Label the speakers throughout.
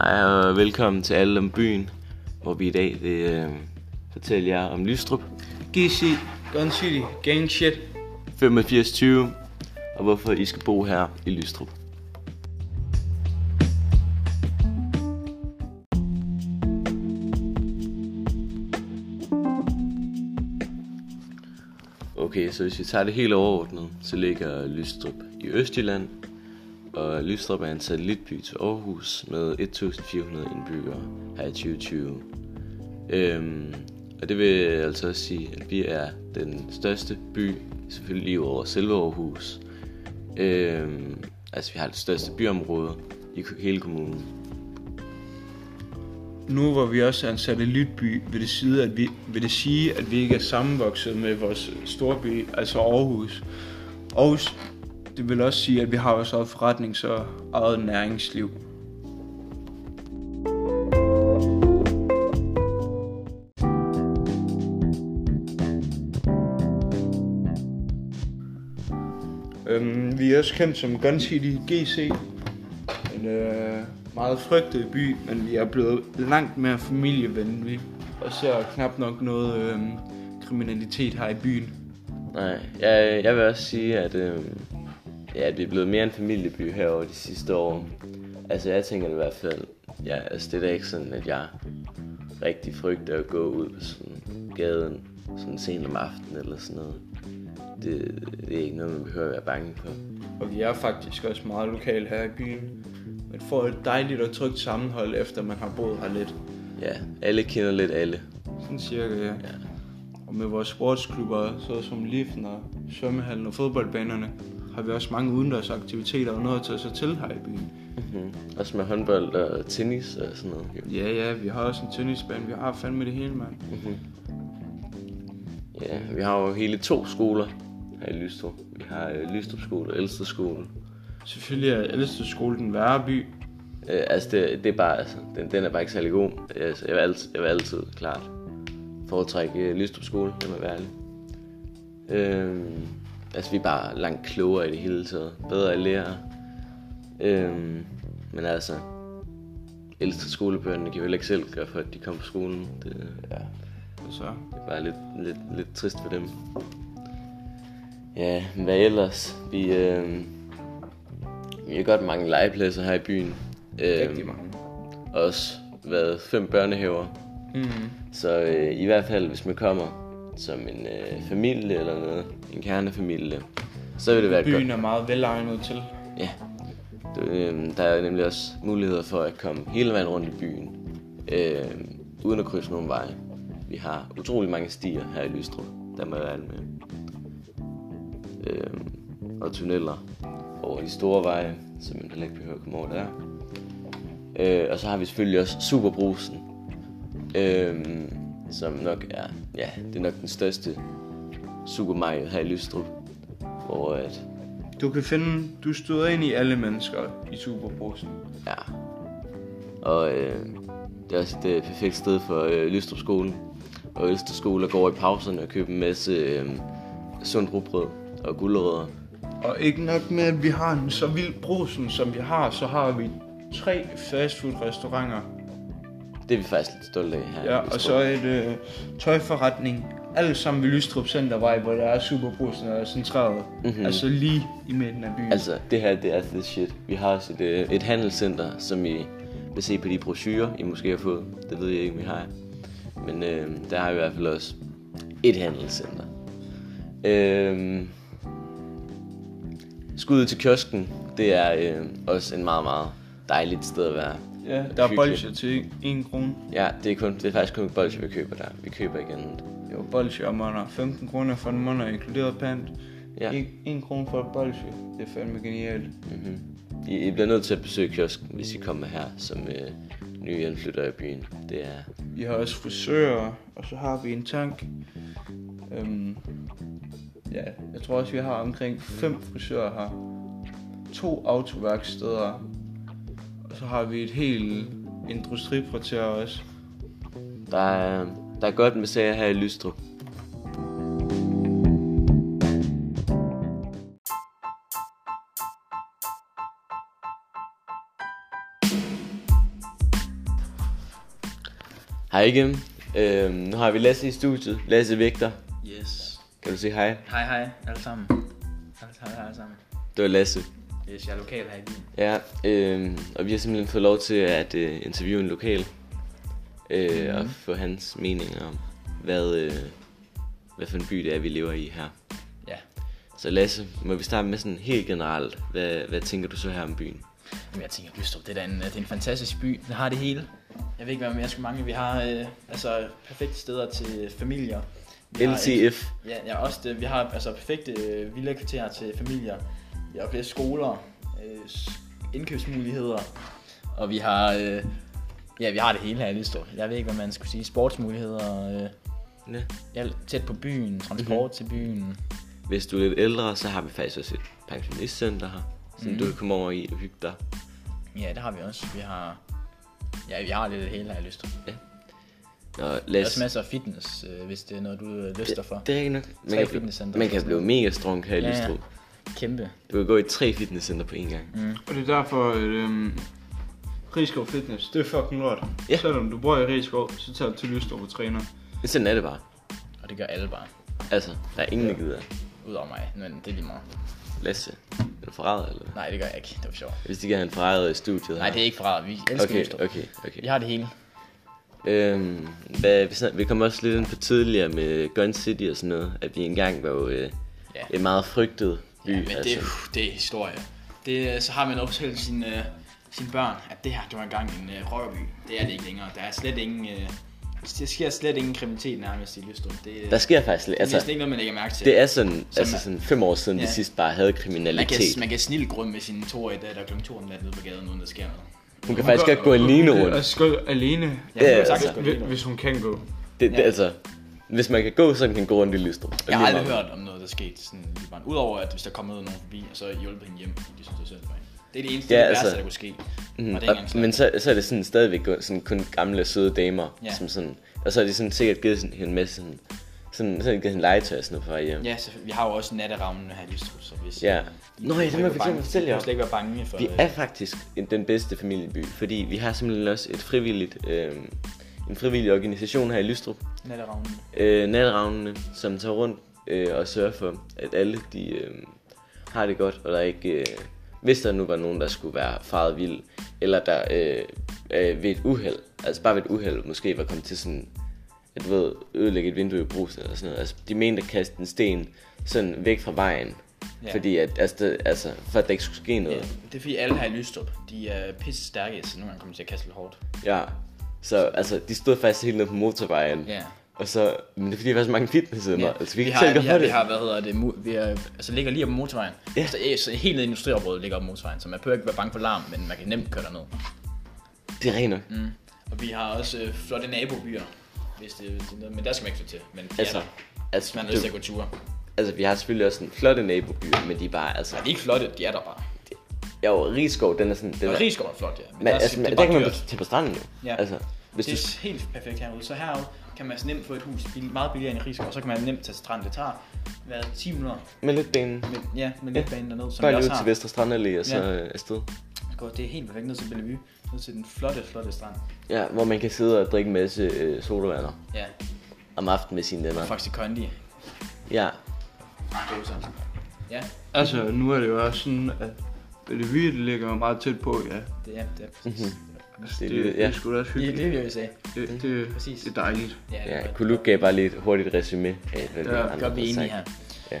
Speaker 1: Hej og velkommen til alle om byen, hvor vi i dag vil øh, fortælle jer om Lystrup
Speaker 2: GC, Gun City, Gang Shit.
Speaker 1: 8520 og hvorfor I skal bo her i Lystrup. Okay, så hvis vi tager det helt overordnet, så ligger Lystrup i Østjylland, og Lystrup er en satellitby til Aarhus med 1.400 indbyggere her i 2020. Øhm, og det vil altså også sige, at vi er den største by, selvfølgelig lige over selve Aarhus. Øhm, altså vi har det største byområde i hele kommunen.
Speaker 2: Nu hvor vi også er en satellitby, vil det, sige, at vi, vil det sige, at vi ikke er sammenvokset med vores storby, altså Aarhus. Aarhus, det vil også sige, at vi har vores eget forretnings- og eget næringsliv. Øhm, vi er også kendt som Gun City GC. En øh, meget frygtet by, men vi er blevet langt mere familievenlige. Og ser knap nok noget øh, kriminalitet her i byen.
Speaker 1: Nej, jeg, jeg vil også sige, at, øh, ja, at vi er blevet mere en familieby herover de sidste år. Altså jeg tænker det i hvert fald, ja, altså det er da ikke sådan, at jeg rigtig frygter at gå ud på sådan gaden sådan sent om aftenen eller sådan noget. Det, det er ikke noget, man behøver at være bange for.
Speaker 2: Og vi er faktisk også meget lokale her i byen. Man får et dejligt og trygt sammenhold, efter man har boet her lidt.
Speaker 1: Ja, alle kender lidt alle.
Speaker 2: Sådan cirka, ja. Og med vores sportsklubber, såsom liften og svømmehallen og fodboldbanerne, har vi også mange udendørsaktiviteter og noget at tage sig til her i byen.
Speaker 1: Mm-hmm. Også med håndbold og tennis og sådan noget. jo.
Speaker 2: Ja, ja, vi har også en tennisbane. Vi har fandme det hele, mand.
Speaker 1: Ja, vi har jo hele to skoler her i Lystrup. Vi har øh, Lystrup skole og Elstrup skole.
Speaker 2: Selvfølgelig er ældste skole den værre by.
Speaker 1: Øh, altså, det, det er bare, altså, den, den er bare ikke særlig god. Altså, jeg, vil altid, jeg vil altid, klart, foretrække øh, Lystrup skole, det må jeg være ærlig. Øh, altså, vi er bare langt klogere i det hele taget. Bedre lærere. Øh, men altså, ældste skolebørnene kan jo heller ikke selv gøre for, at de kommer på skolen. Det, ja.
Speaker 2: Altså,
Speaker 1: Det er bare lidt, lidt, lidt trist for dem. Ja, men hvad ellers? Vi, øh, vi har godt mange legepladser her i byen. Øh,
Speaker 2: rigtig mange.
Speaker 1: også været fem børnehaver.
Speaker 2: Mm.
Speaker 1: Så øh, i hvert fald, hvis man kommer som en øh, familie eller noget, en kernefamilie, så vil det være et godt.
Speaker 2: Byen er meget velegnet til.
Speaker 1: Ja. Det, øh, der er nemlig også muligheder for at komme hele vejen rundt i byen, øh, uden at krydse nogen veje. Vi har utrolig mange stier her i Lystrup, der må jeg være ærlig med. Øh, og tunneller over de store veje, så man heller ikke behøver at komme over der. Øh, og så har vi selvfølgelig også Superbrusen, øh, som nok er, ja, det er nok den største supermarked her i Lystrup, hvor at,
Speaker 2: Du kan finde, du støder ind i alle mennesker i Superbrosen.
Speaker 1: Ja. Og øh, det er også et øh, perfekt sted for øh, Lystrup-skolen. Og Østerskole går i pauserne og køber en masse øh, sundt rugbrød og gulerødder.
Speaker 2: Og ikke nok med, at vi har en så vild brosen, som vi har, så har vi tre fastfood-restauranter.
Speaker 1: Det er vi faktisk lidt stolte af her. i
Speaker 2: Ja,
Speaker 1: Lystrup.
Speaker 2: og så et øh, tøjforretning. Alle sammen ved Lystrup Centervej, hvor der er Superbrosen er centreret. Mm-hmm. Altså lige i midten af byen.
Speaker 1: Altså, det her, det er the shit. Vi har også et, øh, et handelscenter, som I vil se på de brochurer, I måske har fået. Det ved jeg ikke, om I har. Men øh, der har vi i hvert fald også et handelscenter. Øh, skuddet til kiosken, det er øh, også en meget, meget dejligt sted at være.
Speaker 2: ja, der er
Speaker 1: hyggeligt.
Speaker 2: bolsjer til 1 krone.
Speaker 1: Ja, det er, kun, det er faktisk kun bolsje, vi køber der. Vi køber ikke andet.
Speaker 2: Jo, bolsjer og måneder. 15 kroner for en måned, inkluderet pant.
Speaker 1: Ja.
Speaker 2: 1 krone for et bolsje. Det er fandme genialt.
Speaker 1: Mm-hmm. I, I bliver nødt til at besøge kiosken, hvis I kommer her som øh, nye indflyttere i byen. Det er
Speaker 2: Vi har også frisører, og så har vi en tank. Øhm, ja, jeg tror også, vi har omkring fem frisører her. To autoværksteder. Og så har vi et helt industrikvarter også.
Speaker 1: Der er, der er godt med sager her i Lystrup. Hej igen. Øhm, nu har vi Lasse i studiet. Lasse Vægter.
Speaker 3: Yes.
Speaker 1: Kan du sige hej?
Speaker 3: Hej hej, alle sammen. Hej hej, alle sammen.
Speaker 1: Det var Lasse.
Speaker 3: Yes, jeg er lokal her i byen.
Speaker 1: Ja, øhm, og vi har simpelthen fået lov til at øh, interviewe en lokal. Øh, mm. Og få hans mening om, hvad, øh, hvad for en by det er, vi lever i her.
Speaker 3: Ja.
Speaker 1: Så Lasse, må vi starte med sådan helt generelt. Hvad, hvad tænker du så her om byen?
Speaker 3: Jamen, jeg tænker, Lystrup, det er, da en, det er en fantastisk by. Den har det hele. Jeg ved ikke, hvad mere skulle mange. Vi har øh, altså, perfekte steder til familier. Vi har et-
Speaker 1: LTF.
Speaker 3: Ja, ja, også det. Vi har altså perfekte øh, villakvarterer til familier. Vi har flere skoler, øh, s- indkøbsmuligheder. Og vi har, øh, ja, vi har det hele her i Lystrup. Jeg ved ikke, hvad man skulle sige. Sportsmuligheder, øh,
Speaker 1: Ja.
Speaker 3: ja, tæt på byen, transport mm-hmm. til byen.
Speaker 1: Hvis du er lidt ældre, så har vi faktisk også et pensionistcenter her. Som mm. du kan komme over i og hygge dig.
Speaker 3: Ja, det har vi også. Vi har, ja, vi har lidt af det hele, har jeg lyst til. Der
Speaker 1: Nå,
Speaker 3: er
Speaker 1: Lasse,
Speaker 3: også masser af fitness, øh, hvis det er noget, du øh, lyster for.
Speaker 1: Det er ikke nok.
Speaker 3: Tre
Speaker 1: Man kan, blive,
Speaker 3: fitnesscentre
Speaker 1: man
Speaker 3: og
Speaker 1: kan
Speaker 3: sådan
Speaker 1: blive mega strong her i
Speaker 3: Ja, ja.
Speaker 1: Lystrup.
Speaker 3: Kæmpe.
Speaker 1: Du kan gå i tre fitnesscenter på én gang. Mm.
Speaker 2: Og det er derfor, at øhm, Rigskov Fitness, det er fucking lort.
Speaker 1: Ja.
Speaker 2: Selvom du bor i Rigskov, så tager du til Lystrup og træner.
Speaker 1: Sådan er det bare.
Speaker 3: Og det gør alle bare.
Speaker 1: Altså, der er ingen, der gider.
Speaker 3: Udover mig, men det er lige meget.
Speaker 1: Lasse, er du forræder, eller? hvad?
Speaker 3: Nej, det gør jeg ikke. Det var sjovt.
Speaker 1: Hvis de kan have en forræder i studiet
Speaker 3: Nej, det er ikke forræder. Vi elsker okay,
Speaker 1: Okay,
Speaker 3: Lystrup.
Speaker 1: okay, okay.
Speaker 3: Vi har det hele.
Speaker 1: Øhm, hvad, vi, snak- vi kom også lidt ind på tidligere med Gun City og sådan noget, at vi engang var jo øh,
Speaker 3: Ja.
Speaker 1: en meget frygtet by.
Speaker 3: Ja, men
Speaker 1: altså-
Speaker 3: det, uh, det er historie. Det, øh, så har man også fortalt sine, øh, sine børn, at det her, det var engang en øh, røverby. Det er det ikke længere. Der er slet ingen... Øh, der sker slet ingen kriminalitet nærmest i Lystrup. Det, øh,
Speaker 1: der sker faktisk lidt.
Speaker 3: det er næsten
Speaker 1: Altså,
Speaker 3: ikke noget, man lægger mærke til.
Speaker 1: det er sådan,
Speaker 3: Som
Speaker 1: altså
Speaker 3: er-
Speaker 1: sådan fem år siden, vi
Speaker 3: Ja.
Speaker 1: sidst bare havde
Speaker 3: Man kan,
Speaker 1: kriminalitet.
Speaker 3: man kan snille grum med sine toer i dag, der er klokken to om natten ude på gaden, uden der sker noget.
Speaker 1: Hun kan faktisk godt gå alene rundt.
Speaker 2: Og skal altså, alene,
Speaker 3: Jeg
Speaker 1: Ja,
Speaker 3: ja,
Speaker 1: altså,
Speaker 3: sagtens altså,
Speaker 2: hvis, hvis hun kan gå.
Speaker 1: Det, det, altså, hvis man kan gå, så kan man gå rundt i Lystrup.
Speaker 3: Jeg har aldrig hørt om noget, der skete sådan lige bare. Udover at hvis der kom noget nogen forbi, og så hjulpet hende hjem, fordi de synes, det var synd for hende. Det er det eneste,
Speaker 1: Ja,
Speaker 3: ja, det altså,
Speaker 1: altså-
Speaker 3: værste, der kunne ske.
Speaker 1: Mm,
Speaker 3: Og det er ikke engang
Speaker 1: og, men så, så er det sådan stadigvæk kun- sådan kun gamle søde damer, ja.
Speaker 3: Ja.
Speaker 1: som sådan, og så har de sådan sikkert givet sådan, hende med sådan, sådan, så har de givet hende legetøj og sådan noget for hjem.
Speaker 3: Ja, så vi har jo også natteravnene her i Lystrup, så hvis...
Speaker 1: ja. Nå ja, det må jeg
Speaker 3: ikke være
Speaker 1: faktisk fortælle
Speaker 3: bange-
Speaker 1: jer.
Speaker 3: Du må slet ikke være bange for... øh,
Speaker 1: Vi er faktisk en- den bedste familieby, fordi vi har simpelthen også et frivilligt, øh, en frivillig organisation her i Lystrup,
Speaker 3: Natteravnene.
Speaker 1: øh, Natravnene, som tager rundt øh, og sørger for, at alle de øh, har det godt, og der ikke, øh, hvis der nu var nogen, der skulle være faret vild, eller der øh, øh, ved et uheld, altså bare ved et uheld, måske var kommet til sådan, at du ved, ødelægge et vindue i brusen eller sådan noget. Altså, de mente at kaste en sten sådan væk fra vejen,
Speaker 3: Ja.
Speaker 1: fordi at, altså, det, altså, for at der ikke skulle ske noget.
Speaker 3: Ja, det er fordi alle her i Lystrup, de er pisse stærke, så nogle gange kommer de til at kaste lidt hårdt.
Speaker 1: Ja. Så altså, de stod faktisk helt nede på motorvejen.
Speaker 3: Ja.
Speaker 1: Og så, men det er fordi, der var så mange fitnesscenter. Ja. Altså, vi,
Speaker 3: vi
Speaker 1: kan
Speaker 3: har,
Speaker 1: ikke selv
Speaker 3: vi,
Speaker 1: gøre
Speaker 3: har,
Speaker 1: det.
Speaker 3: vi har, hvad hedder det, mu- vi er, altså ligger lige op på motorvejen.
Speaker 1: Ja.
Speaker 3: Ja. Så, eh, så helt ned i industriområdet ligger op på motorvejen, så man behøver ikke være bange for larm, men man kan nemt køre derned.
Speaker 1: Det er rent nok. Mm.
Speaker 3: Og vi har også øh, flotte nabobyer, hvis det, hvis det er noget, men der skal man ikke flytte til. Men de
Speaker 1: Altså,
Speaker 3: altså, er der, hvis
Speaker 1: altså,
Speaker 3: man har
Speaker 1: det-
Speaker 3: lyst til at gå ture.
Speaker 1: altså, vi har selvfølgelig også sådan flotte nabobyer, men de er bare, altså...
Speaker 3: Nej, de er ikke flotte, de er der bare.
Speaker 1: Jo, Rigskov, den er sådan... Den
Speaker 3: Og
Speaker 1: er,
Speaker 3: Rigskov er flot, ja. Men,
Speaker 1: men, altså,
Speaker 3: det
Speaker 1: men,
Speaker 3: er
Speaker 1: der kan
Speaker 3: bare
Speaker 1: man
Speaker 3: dyrt.
Speaker 1: tage på stranden jo.
Speaker 3: Ja.
Speaker 1: Altså, hvis
Speaker 3: Det
Speaker 1: du...
Speaker 3: er helt perfekt herude. Så herude kan man altså nemt få et hus bill- meget billigere end i Rigskov, og så kan man nemt tage til stranden. Det tager hvad, 10 minutter
Speaker 1: Med lidt banen.
Speaker 3: med, ja, med lidt banen dernede, som
Speaker 1: Bare
Speaker 3: vi
Speaker 1: lige ud
Speaker 3: også har.
Speaker 1: til Vestre Strandallé og så
Speaker 3: Ja.
Speaker 1: ja. afsted.
Speaker 3: Godt, det er helt perfekt ned til Bellevue, ned til den flotte, flotte strand.
Speaker 1: Ja, hvor man kan sidde og drikke en masse øh, sodavander
Speaker 3: Ja,
Speaker 1: om aftenen med sine venner.
Speaker 3: faktisk Condi.
Speaker 1: Ja,
Speaker 3: Ja,
Speaker 2: Altså, nu er det jo også sådan, at Bellevue det ligger meget tæt på, ja.
Speaker 3: det er det. Er,
Speaker 1: Mhm.
Speaker 2: Altså,
Speaker 1: Det
Speaker 2: det,
Speaker 1: er
Speaker 2: det,
Speaker 1: lidt-
Speaker 2: det,
Speaker 1: ja.
Speaker 2: er sgu da også
Speaker 3: det, er,
Speaker 2: hyggeligt.
Speaker 3: det, vil jeg sige.
Speaker 2: Det, det,
Speaker 3: Præcis.
Speaker 2: det er dejligt.
Speaker 3: Ja, det er
Speaker 1: ja.
Speaker 3: godt.
Speaker 1: Kuluk gav bare Altså, lige et hurtigt resume af, hvad
Speaker 2: Ja,
Speaker 1: ja, andre
Speaker 3: Godt, vi er
Speaker 1: har
Speaker 3: enige
Speaker 1: sagt.
Speaker 3: her.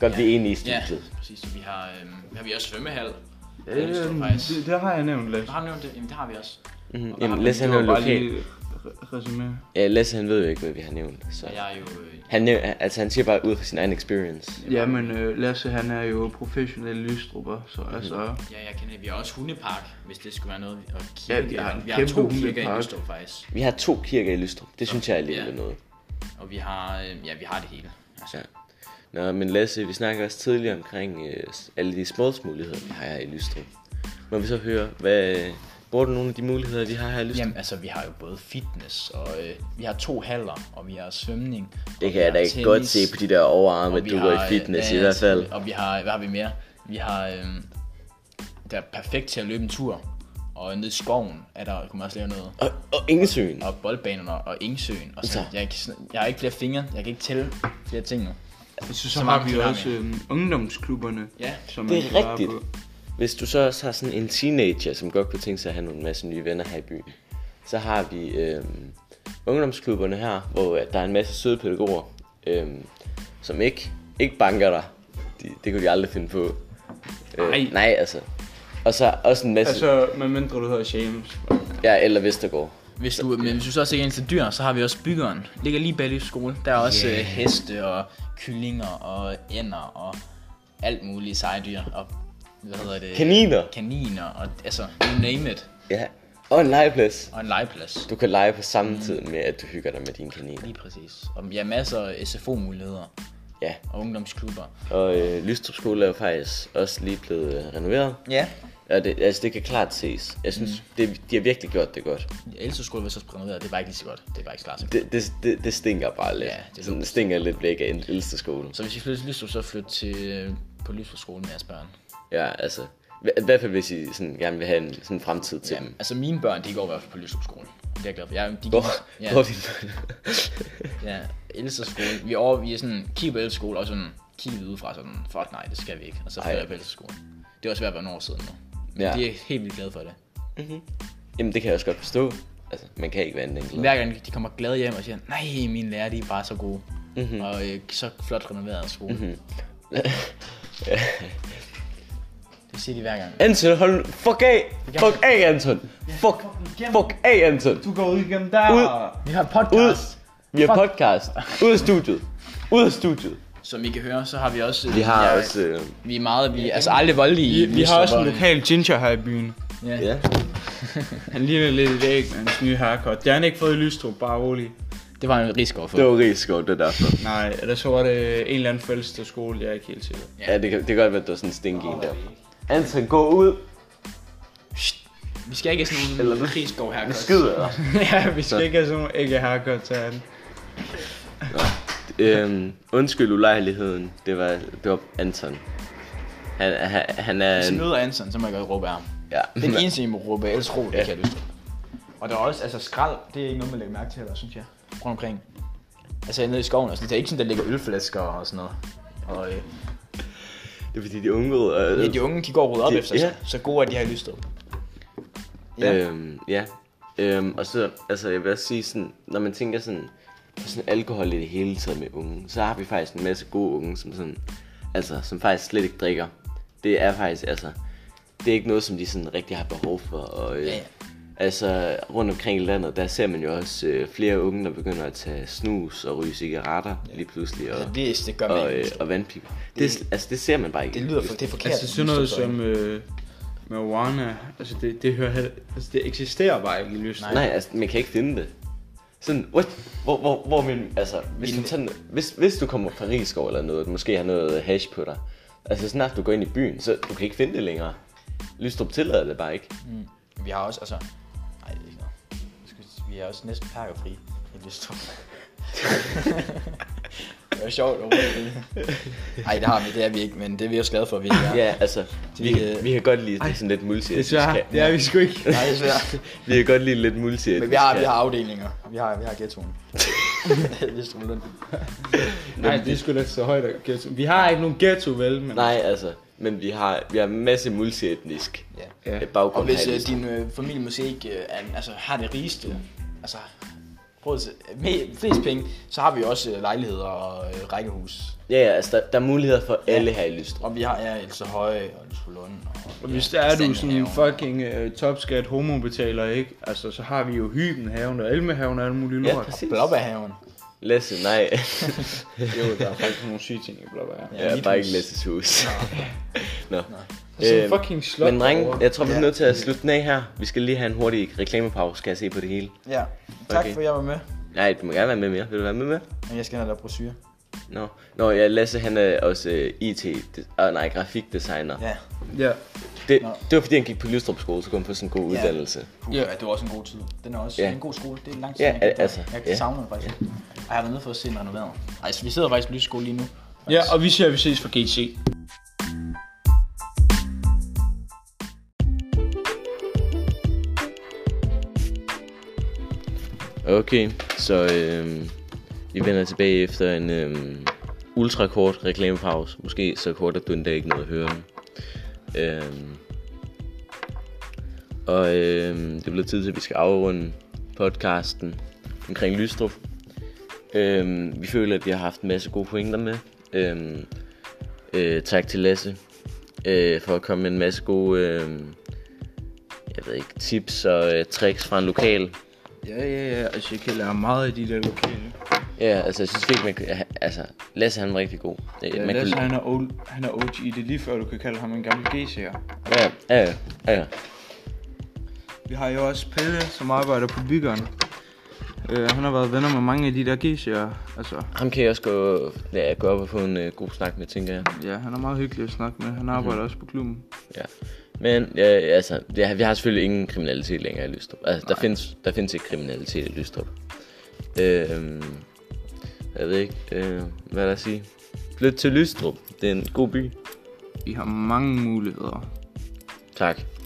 Speaker 1: Godt, vi er enige i
Speaker 3: Ja,
Speaker 1: studiet.
Speaker 3: præcis. Så vi har, øhm, har vi også svømmehal.
Speaker 2: Ja,
Speaker 3: det står
Speaker 2: det,
Speaker 3: faktisk.
Speaker 2: Øhm, det, det har jeg nævnt, Lasse.
Speaker 3: Har du nævnt det? Jamen, det har vi også.
Speaker 1: Mm,
Speaker 3: Og der
Speaker 1: jamen,
Speaker 3: har-
Speaker 1: Lasse han
Speaker 2: Det
Speaker 1: er jo
Speaker 2: var bare
Speaker 1: lokal.
Speaker 2: lige re- resume.
Speaker 1: Ja, Lasse han ved jo ikke, hvad vi har nævnt. Så.
Speaker 3: Og jeg er jo... Øh,
Speaker 1: Han, næv- altså, han siger bare ud fra sin egen experience.
Speaker 2: Ja, men øh, Lasse han er jo professionel lystrupper, så altså...
Speaker 3: ja, jeg kender det. Vi har også hundepark, hvis det skulle være noget. Og kirke.
Speaker 2: Ja, vi har en
Speaker 3: vi har
Speaker 2: kæmpe
Speaker 3: to kirker i
Speaker 2: hundepark.
Speaker 3: Lystrup, faktisk.
Speaker 1: Vi har to kirker i Lystrup. Det synes jeg er lidt
Speaker 3: ja.
Speaker 1: ja. noget.
Speaker 3: Og vi har, øh, ja, vi har det hele. Altså,
Speaker 1: Ja. Nå, men Lasse, vi snakker også tidligere omkring øh, s- alle de sportsmuligheder, vi har her i Lystrup. Må vi så høre, hvad, bruger du nogle af de muligheder, vi har her i Lystrup?
Speaker 3: Jamen, altså, vi har jo både fitness, og øh, vi har to haller, og vi har svømning.
Speaker 1: det
Speaker 3: og vi
Speaker 1: kan jeg
Speaker 3: har
Speaker 1: da ikke
Speaker 3: tennis,
Speaker 1: godt se på de der overarme,
Speaker 3: og vi
Speaker 1: du går i
Speaker 3: har, øh,
Speaker 1: fitness
Speaker 3: ja,
Speaker 1: i hvert fald.
Speaker 3: øhm, Og vi har, hvad har vi mere? Vi har, øh, der er perfekt til at løbe en tur, Og nede i skoven er der, kunne man også lave noget.
Speaker 1: Og, og Ingesøen.
Speaker 3: Og boldbanerne og Engsøen. Og så,
Speaker 1: Så.
Speaker 3: jeg, kan sådan- jeg har ikke flere fingre. Jeg kan ikke tælle flere ting nu.
Speaker 2: Så,
Speaker 3: så
Speaker 2: så
Speaker 3: mange
Speaker 2: har vi
Speaker 3: kanaler.
Speaker 2: også øhm, ungdomsklubberne,
Speaker 3: Ja.
Speaker 2: som
Speaker 1: Det
Speaker 2: man
Speaker 1: er
Speaker 2: kan være
Speaker 1: rigtigt.
Speaker 2: på.
Speaker 1: Hvis du så også har sådan en teenager, som godt kunne tænke sig at have nogle masse nye venner her i byen, så har vi øhm, ungdomsklubberne her, hvor at der er en masse søde pædagoger, øhm, som ikke, ikke banker dig. De, det kunne de aldrig finde på.
Speaker 2: Nej.
Speaker 1: nej, altså. Og så også en masse, altså...
Speaker 2: Altså, medmindre du hedder James.
Speaker 1: ja, eller Vestergaard.
Speaker 3: Hvis du, men hvis du så også ikke er til dyr, så har vi også byggeren. Ligger lige bag Lyst skole. Der er også yeah. heste og kyllinger og ænder og alt muligt seje dyr. Og hvad hedder det?
Speaker 1: Kaniner.
Speaker 3: Kaniner og altså, you name it.
Speaker 1: Ja. Og en legeplads.
Speaker 3: Og en legeplads.
Speaker 1: Du kan lege på samme tid med, at du hygger dig med dine kaniner.
Speaker 3: Lige præcis. Og ja, masser af SFO-muligheder
Speaker 1: Ja.
Speaker 3: og ungdomsklubber.
Speaker 1: Og øh, Lystrup Skole er jo faktisk også lige blevet øh, renoveret.
Speaker 3: Ja.
Speaker 1: Og det, altså, det kan klart ses. Jeg synes, mm. det, de har virkelig gjort det godt.
Speaker 3: Ellers skulle vi så renoveret. Det er bare ikke lige så godt. Det er bare ikke klart. så godt.
Speaker 1: Det, det, det, det stinker bare lidt.
Speaker 3: Ja,
Speaker 1: Ja,
Speaker 3: det er
Speaker 1: det Sådan, det stinker lidt væk af en ældste skole.
Speaker 3: Så hvis I flytter til Lystrup, så flyt til, øh, på Lystrup skole med jeres børn.
Speaker 1: Ja, altså. I hvert fald, hvis I sådan, gerne vil have en sådan en fremtid til ja. dem.
Speaker 3: Altså mine børn, de går i hvert fald på Lystrup skole. Det er jeg glad for. Jeg, de gik,
Speaker 1: Hvor,
Speaker 3: ja,
Speaker 1: ja. hvor er din
Speaker 3: ja, ældste skole. Vi, er over, vi er sådan, kigger på ældste skole, og sådan kigger vi udefra sådan, fuck nej, det skal vi ikke. Og så flytter jeg på ældste skole. Det er også svært at være nogle år siden nu. Men ja.
Speaker 1: Ja.
Speaker 3: de er helt vildt glade for det.
Speaker 1: Jamen, det kan jeg også godt forstå. Altså, man kan ikke være en enkelt.
Speaker 3: Hver gang de kommer glade hjem og siger, nej, mine lærere, de er bare så gode. Mm-hmm. Og øh, så flot renoveret skole. Mm-hmm. det siger de hver gang.
Speaker 1: Anton, hold nu- Fuck af! Fuck af, Anton! Fuck! Fuck af, Anton!
Speaker 2: Du går ud igennem der.
Speaker 1: Ud.
Speaker 3: Vi har podcast. Ud.
Speaker 1: Vi har podcast. Ud af studiet. Ud af studiet.
Speaker 3: Som I kan høre, så har vi også... øh,
Speaker 1: Vi har
Speaker 3: ja,
Speaker 1: også... Øh,
Speaker 3: Vi er meget... Vi er altså aldrig voldelige. i
Speaker 2: Vi, vi har
Speaker 3: Lystrup,
Speaker 2: også en
Speaker 3: og-
Speaker 2: lokal ginger her i byen.
Speaker 3: Ja.
Speaker 1: ja.
Speaker 2: Han ligner lidt et æg med hans nye haircut. Det har han ikke fået i Lystrup, bare rolig.
Speaker 3: Det var en risiko for.
Speaker 1: Det var Rigskov, det er derfor.
Speaker 2: Nej, eller så var det en eller anden fælles til skole, jeg er ikke helt sikker.
Speaker 1: Ja, det kan, det kan godt være, at det var sådan en stinky en der. Anton, gå ud.
Speaker 3: Vi skal ikke have sådan nogle
Speaker 1: Eller-
Speaker 3: risiko her.
Speaker 1: Skid af dig.
Speaker 2: ja, vi skal ikke have sådan nogle ægge haircut til han.
Speaker 1: øhm, undskyld ulejligheden. Det var, det var Anton. Han, han, han er...
Speaker 3: Hvis jeg
Speaker 1: En,
Speaker 3: møder Anson, så må jeg godt råbe af ham.
Speaker 1: ja.
Speaker 3: Den eneste, I må råbe af, ellers ro, det kan jeg lyst til. Og der er også, altså skrald, det er ikke noget, man lægger mærke til heller, synes jeg. Rundt omkring. Altså nede i skoven og sådan, det er ikke sådan, der ligger ølflasker og sådan noget. Og øh,
Speaker 1: Det er fordi, de unge ved...
Speaker 3: ja,
Speaker 1: Øh,
Speaker 3: de unge, de går og rydder op
Speaker 1: De-
Speaker 3: efter sig.
Speaker 1: ja.
Speaker 3: Så gode er de her lyst til. ja.
Speaker 1: øhm, ja. Øhm, og så, altså jeg vil også sige sådan, når man tænker sådan, på sådan alkohol i det hele taget med unge, så har vi faktisk en masse gode unge, som sådan, altså, som faktisk slet ikke drikker. Det er faktisk, altså, det er ikke noget, som de sådan rigtig har behov for. Og, øh,
Speaker 3: Ja, ja.
Speaker 1: Altså, rundt omkring i landet, der ser man jo også øh, flere unge, der begynder at tage snus og ryge cigaretter lige pludselig, og,
Speaker 3: Og det, det gør man
Speaker 1: og,
Speaker 3: ikke.
Speaker 1: øh,
Speaker 3: Lystrup.
Speaker 1: og vandpiber. Det, er sl- altså, det ser man bare ikke.
Speaker 3: Det lyder for, det er forkert.
Speaker 2: Altså sådan noget
Speaker 3: Lystrup,
Speaker 2: som øh, marijuana, altså det, det hører heller- altså det eksisterer bare ikke i Lystrup.
Speaker 1: Nej, altså, man kan ikke finde det. Sådan, what? Hvor, hvor, hvor min, altså, hvis du,
Speaker 3: Min-
Speaker 1: tager, hvis, hvis du kommer fra Rigskov eller noget, du måske har noget hash på dig, altså snart du går ind i byen, så du kan ikke finde det længere. Lystrup tillader det bare ikke.
Speaker 3: Mm. Vi har også, altså... Nej, det er ikke noget. Vi skal- Vi er også næsten pakkerfri i Lystrup. det var sjovt overhovedet. Nej, det har vi, det er vi ikke, men det er vi også glade for, at vi ikke er.
Speaker 1: Ja, altså, vi,
Speaker 3: øh,
Speaker 1: kan, vi kan godt lide det sådan lidt multi.
Speaker 2: Desværre, det er vi sgu ikke.
Speaker 3: Nej, det er svært.
Speaker 1: Vi kan godt lide lidt multi.
Speaker 3: Men vi har, vi har afdelinger. Vi har, vi har ghettoen. Lystrup Lund.
Speaker 2: Nej, det er sgu da så højt at ghetto. Vi har ikke nogen ghetto, vel? Men
Speaker 1: Nej, altså, men vi har, vi har en masse multietnisk
Speaker 3: Ja.
Speaker 1: ja.
Speaker 2: Ja.
Speaker 1: baggrund.
Speaker 3: Og hvis
Speaker 1: her i
Speaker 3: øh,
Speaker 1: Lystrup.
Speaker 3: din øh, familie måske ikke øh, er, altså, har det rigeste, altså råd til med flest penge, så har vi også øh, lejligheder og øh, rækkehus.
Speaker 1: Ja, ja, altså, der, der er muligheder for ja. alle her i Lystrup.
Speaker 3: Og vi har ja, Else Høje og Else Lund.
Speaker 2: Og hvis der er du sådan en fucking uh, topskat homobetaler, ikke? Altså, så har vi jo Hybenhaven og Elmehaven og alle mulige
Speaker 1: Ja,
Speaker 2: lort.
Speaker 1: præcis.
Speaker 3: Blåbærhaven.
Speaker 1: Lasse, nej.
Speaker 2: Jo, der er faktisk nogle syge ting i Blåbær.
Speaker 1: ja,
Speaker 3: mit
Speaker 1: bare
Speaker 3: hus.
Speaker 1: ikke Lasses hus. Nå.
Speaker 2: Sådan
Speaker 1: Øhm,
Speaker 2: en fucking slot
Speaker 1: Men drenge,
Speaker 2: derovre.
Speaker 1: jeg tror, vi er
Speaker 3: Ja.
Speaker 1: nødt til at slutte den af her. Vi skal lige have en hurtig reklamepause, skal jeg se på det hele.
Speaker 3: Ja, tak
Speaker 1: Okay.
Speaker 3: for at jeg var med.
Speaker 1: Nej, du må gerne være med mere. Vil du være med mere?
Speaker 3: Men jeg skal have lavet brosyre.
Speaker 1: Nå, Nå ja, Lasse han er også øh, IT, øh, nej, grafikdesigner. Ja.
Speaker 3: Ja.
Speaker 2: Ja.
Speaker 1: Det,
Speaker 3: Nå.
Speaker 1: det var fordi, han gik på Lystrup skole, så kom han på sådan en god
Speaker 3: Ja.
Speaker 1: uddannelse.
Speaker 3: Puh, ja. det var også en god tid. Den er også
Speaker 1: Ja.
Speaker 3: ja. en god skole. Det er lang tid.
Speaker 1: Ja,
Speaker 3: jeg ikke har
Speaker 1: altså,
Speaker 3: været der. Jeg
Speaker 1: ja.
Speaker 3: ja. savner det faktisk. Og jeg har været nede for at se den renoveret. Ej, så vi sidder faktisk på lysskole lige nu.
Speaker 2: Ja, og vi ser, at vi ses for GC.
Speaker 1: Okay, så øhm, vi vender tilbage efter en øhm, ultrakort reklamepause. Måske så kort, at du endda ikke nåede at høre den. Øhm, og øhm, det bliver tid til, at vi skal afrunde podcasten omkring Lystrup. Øhm, vi føler, at vi har haft en masse gode pointer med. Øhm, øh, tak til Lasse øh, for at komme med en masse gode øh, jeg ved ikke, tips og øh, tricks fra en lokal.
Speaker 2: Ja, ja, ja. Altså, jeg kan lære meget af de der lokale.
Speaker 1: Ja, altså jeg synes virkelig, man kan, altså Lasse han er rigtig god. Øh,
Speaker 2: Ja,
Speaker 1: man
Speaker 2: Lasse,
Speaker 1: kunne,
Speaker 2: han er, old, han er OG. Det er lige før, du kan kalde ham en gammel GC'er.
Speaker 1: ja, ja, ja, ja, ja.
Speaker 2: Vi har jo også Pelle, som arbejder på byggeren. Uh, han har været venner med mange af de der GC'er. Altså,
Speaker 1: Ham kan jeg også gå, ja, gå op og få en øh, god snak med, tænker jeg.
Speaker 2: ja, han er meget hyggelig at snakke med. Han arbejder mm. også på klubben.
Speaker 1: Ja. Men øh, altså, det, vi har selvfølgelig ingen kriminalitet længere i Lystrup. Altså, der findes, der findes ikke kriminalitet i Lystrup. Øh, jeg ved ikke, øh, hvad er der at sige. Flyt til Lystrup. Det er en god by.
Speaker 2: Vi har mange muligheder.
Speaker 1: Tak.